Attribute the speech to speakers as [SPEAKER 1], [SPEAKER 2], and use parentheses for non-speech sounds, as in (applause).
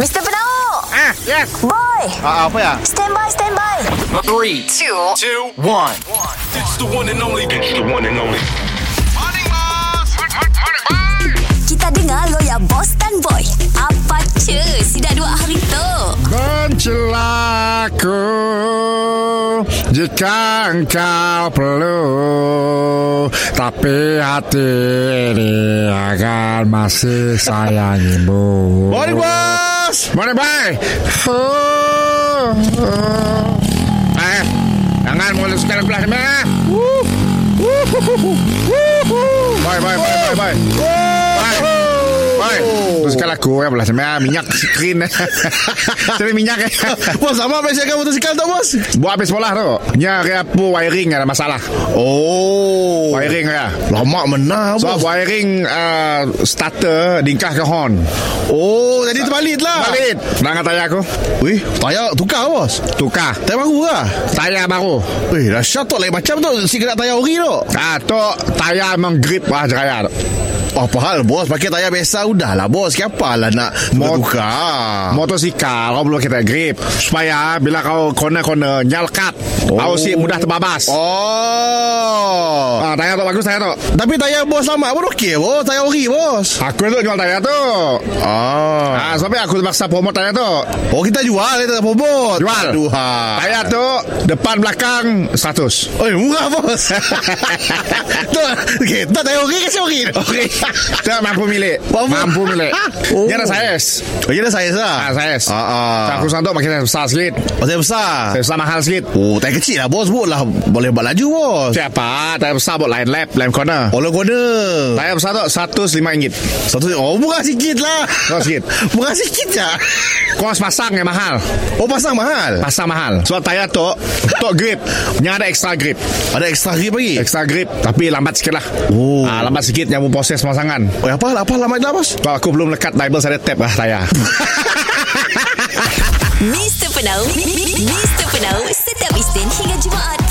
[SPEAKER 1] Mr. Penau
[SPEAKER 2] Ah, yes.
[SPEAKER 1] Boy
[SPEAKER 2] Ah, ah, apa ya?
[SPEAKER 1] Stand by, stand by
[SPEAKER 3] Three, two, two, one.
[SPEAKER 4] It's the one and only. It's the one and only.
[SPEAKER 1] Kita dengar lo ya Boss dan Boy Apa cu Si dah dua hari tu
[SPEAKER 5] Bencelaku Jika engkau perlu Tapi hati ini akan masih sayangimu
[SPEAKER 2] Morning, bos.
[SPEAKER 5] Morning, bye Eh, jangan mulut sekarang belah ni eh. Bye, bye, bye, bye, bye Bye Oi,
[SPEAKER 2] Oh.
[SPEAKER 5] terus kalau aku eh belah sebenarnya minyak (laughs) skrin. Tapi minyak eh. (laughs)
[SPEAKER 2] Bos, sama apa siakan motosikal tak, bos?
[SPEAKER 5] Buat habis sekolah tu. Nya apa wiring ada masalah.
[SPEAKER 2] Oh.
[SPEAKER 5] Wiring ya.
[SPEAKER 2] Lama menah,
[SPEAKER 5] So
[SPEAKER 2] bos.
[SPEAKER 5] wiring uh, starter dingkah ke horn.
[SPEAKER 2] Oh, jadi terbalik lah.
[SPEAKER 5] Balik. Nak kata aku
[SPEAKER 2] Weh, tayar tukar, bos.
[SPEAKER 5] tukar
[SPEAKER 2] Tayar baru lah.
[SPEAKER 5] tayar baru.
[SPEAKER 2] Weh, dahsyat tu. Lain macam tu. Si kena tayar ori tu.
[SPEAKER 5] Ah tu tayar memang grip wah jeraya tu.
[SPEAKER 2] Apa hal, Ah, bos? Pakai tayar biasa. Udahlah, bos. Kenapa lah nak
[SPEAKER 5] Mot-
[SPEAKER 2] tukar?
[SPEAKER 5] Motosikal kau perlu kita grip supaya bila kau corner-corner nyalkat oh. kau si mudah terbabas. Oh.
[SPEAKER 2] Oh.
[SPEAKER 5] Ah, tayar tu bagus tayar tu.
[SPEAKER 2] Tapi tayar bos lama pun okey, bos. Tayar ori, bos.
[SPEAKER 5] Aku tu jual tayar tu.
[SPEAKER 2] Ah.
[SPEAKER 5] Ah, sampai aku terpaksa promote tayar tu.
[SPEAKER 2] Oh kita jual Kita tak bobot
[SPEAKER 5] Jual.
[SPEAKER 2] Aduh ha.
[SPEAKER 5] Tayar tu Depan belakang 100
[SPEAKER 2] Oi murah bos (laughs) Tu okay, Tak tayar okey kasi okey
[SPEAKER 5] Okey Tak mampu milik
[SPEAKER 2] Mampu.
[SPEAKER 5] Mampu milik
[SPEAKER 2] (laughs) Oh.
[SPEAKER 5] oh. Dia ada saiz
[SPEAKER 2] Oh dia dah saiz lah
[SPEAKER 5] Ah, saiz
[SPEAKER 2] Ah, ah.
[SPEAKER 5] Aku santuk makin saiz besar sikit
[SPEAKER 2] Oh saya besar
[SPEAKER 5] Saiz besar mahal sikit
[SPEAKER 2] Oh tayar kecil lah bos Buat lah Boleh buat laju bos
[SPEAKER 5] Siapa Tayar besar buat line lap Line corner
[SPEAKER 2] Oh lo kode
[SPEAKER 5] Tayar besar tu RM105
[SPEAKER 2] Satu Oh murah sikit lah
[SPEAKER 5] Murah
[SPEAKER 2] (laughs)
[SPEAKER 5] sikit.
[SPEAKER 2] Murah sikit je
[SPEAKER 5] Kos pasang yang mahal
[SPEAKER 2] Oh pasang mahal
[SPEAKER 5] Pasang mahal Sebab tayar tu Tok grip Yang ada extra grip
[SPEAKER 2] Ada extra grip lagi
[SPEAKER 5] Extra grip Tapi lambat sikit lah
[SPEAKER 2] Oh.
[SPEAKER 5] ah, Lambat sikit Yang proses pemasangan
[SPEAKER 2] Oh apa apa lama dah bos
[SPEAKER 5] Kalau aku belum lekat Bible saya ada tap lah tayar
[SPEAKER 1] Mr. Penau Mr. Penau Setiap Isnin hingga Jumaat